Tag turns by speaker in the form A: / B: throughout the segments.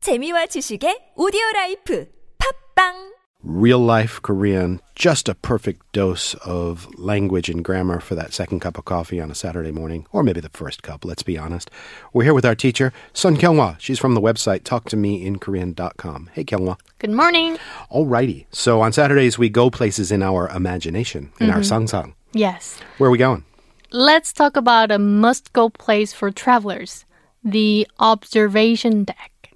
A: 재미와 지식의 오디오 라이프 팝빵
B: real life Korean, just a perfect dose of language and grammar for that second cup of coffee on a Saturday morning, or maybe the first cup, let's be honest. We're here with our teacher, Sun Kyunghwa. She's from the website talktomeinkorean.com. Hey, Kyunghwa.
C: Good morning.
B: Alrighty. So on Saturdays, we go places in our imagination, in our
C: Mm-hmm.
B: sangsang.
C: Yes.
B: Where are we going?
C: Let's talk about a must go place for travelers the observation deck.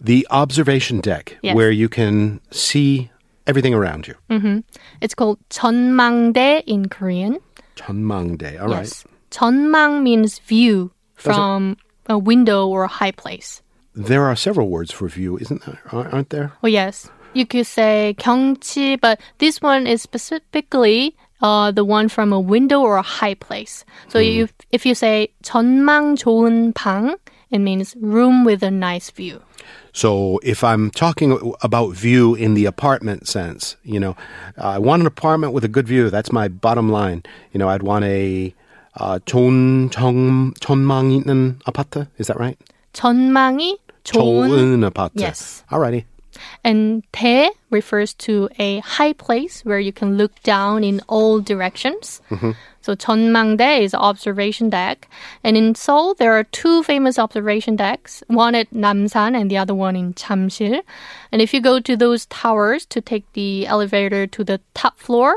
B: The observation deck,
C: Yes. Mm.
B: where you can see everything around you.
C: It's called 전망대 in Korean.
B: 전망대. All right.
C: Yes. 전망 means view from a window or a high place.
B: There are several words for view, isn't there? Ar- Aren't there?
C: Oh, yes. You could say 경치, but this one is specifically uh, the one from a window or a high place. So if, if you say 전망 좋은 방, it means room with a nice view.
B: So if I'm talking about view in the apartment sense, you know, I want an apartment with a good view. That's my bottom line. You know, I'd want a uh, 좋은 정- 전망 있는 아파트. Is that right?
C: 전망이 좋은
B: 좋은 아파트.
C: Yes.
B: Alrighty.
C: And 대 refers to a high place where you can look down in all directions. So 전망대 is observation deck. And in Seoul, there are two famous observation decks, one at Namsan and the other one in Chamsil. And if you go to those towers to take the elevator to the top floor,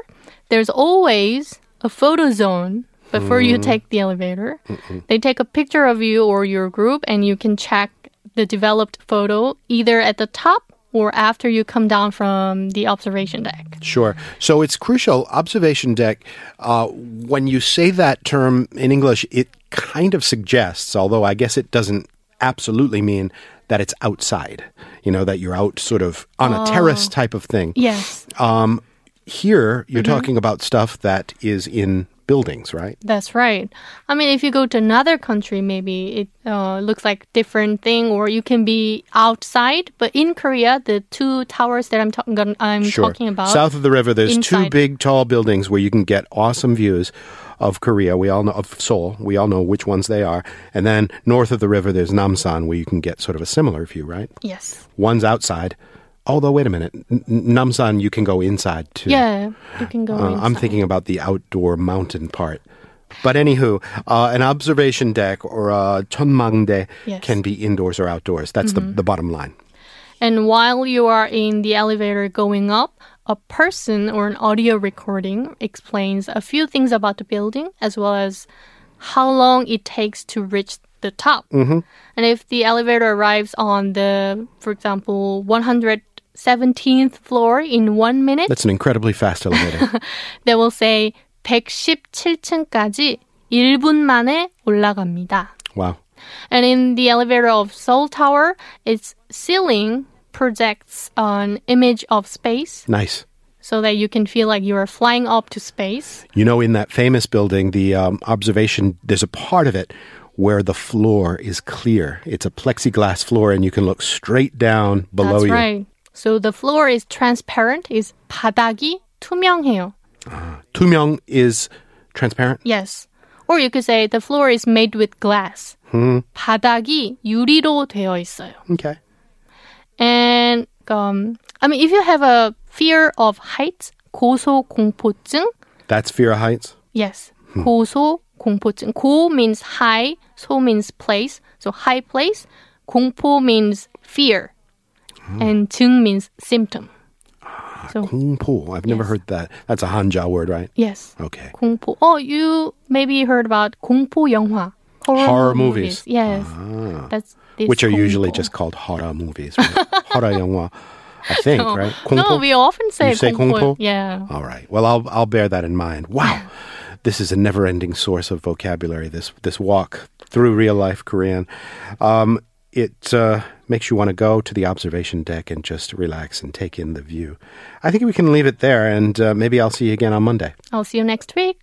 C: there's always a photo zone before you take the elevator. They take a picture of you or your group and you can check the developed photo either at the top or after you come down from the observation deck.
B: Sure. So it's crucial. Observation deck, uh, when you say that term in English, it kind of suggests, although I guess it doesn't absolutely mean that it's outside, you know, that you're out sort of on a terrace type of thing.
C: Yes,
B: Um, here, you're
C: Mm-hmm.
B: talking about stuff that is in buildings, right?
C: that's right. I mean, if you go to another country, maybe it uh, looks like different thing, or you can be outside. But in Korea, the two towers that I'm talking gon- I'm talking about.
B: South of the river, there's two
C: inside.
B: big, tall buildings where you can get awesome views of Korea. We all know of Seoul. We all know which ones they are. And then north of the river, there's Namsan, where you can get sort of a similar view, right?
C: yes.
B: One's outside. Although, wait a minute, N- N- Namsan, you can go inside too.
C: Yeah, you can go.
B: Uh, I'm
C: inside.
B: thinking about the outdoor mountain part. But anywho, uh, an observation deck or a chonmangde
C: Yes. Mm-hmm.
B: can be indoors or outdoors. That's the, the bottom line.
C: And while you are in the elevator going up, a person or an audio recording explains a few things about the building as well as how long it takes to reach the top. Mm-hmm. And if the elevator arrives on the, for example, 117th floor in one minute,
B: That's an incredibly fast elevator.
C: they will say 117층까지 1분 만에 올라갑니다.
B: wow.
C: And in the elevator of Seoul Tower, its ceiling projects an image of space
B: Nice.
C: so that you can feel like you are flying up to space.
B: You know, in that famous building, the um, observation, there's a part of it where the floor is clear. It's a plexiglass floor, and you can look straight down below
C: That's
B: you.
C: right. So the floor is transparent, is 바닥이 투명해요.
B: Tumyong is transparent.
C: Yes. Or you could say the floor is made with glass.
B: Hmm.
C: 바닥이 유리로 되어 있어요.
B: Okay.
C: And um, I mean, if you have a fear of heights, 고소공포증,
B: That's fear of heights.
C: Yes.
B: Hmm.
C: 고소 공포증. 고 means high, so means place. So high place. 공포 means fear.
B: Hmm.
C: And 증 means symptom.
B: Ah,
C: So
B: Kungpo. I've never heard that. That's a Hanja word, right?
C: yes.
B: Okay.
C: 공포. Oh, you maybe heard about 공포 영화. Horror,
B: Horror movies. Ah.
C: Yes. That's this
B: Which are usually
C: 공포.
B: just called horror movies. Right? horror 영화, I think,
C: No.
B: right?
C: No,
B: Kungpo?
C: we often say,
B: You say 공포?
C: Yeah.
B: All right. Well, I'll I'll bear that in mind. Wow, this is a never-ending source of vocabulary. This this walk through real-life Korean, um, it uh, makes you want to go to the observation deck and just relax and take in the view. I think we can leave it there, and uh, maybe I'll see you again on Monday.
C: I'll see you next week.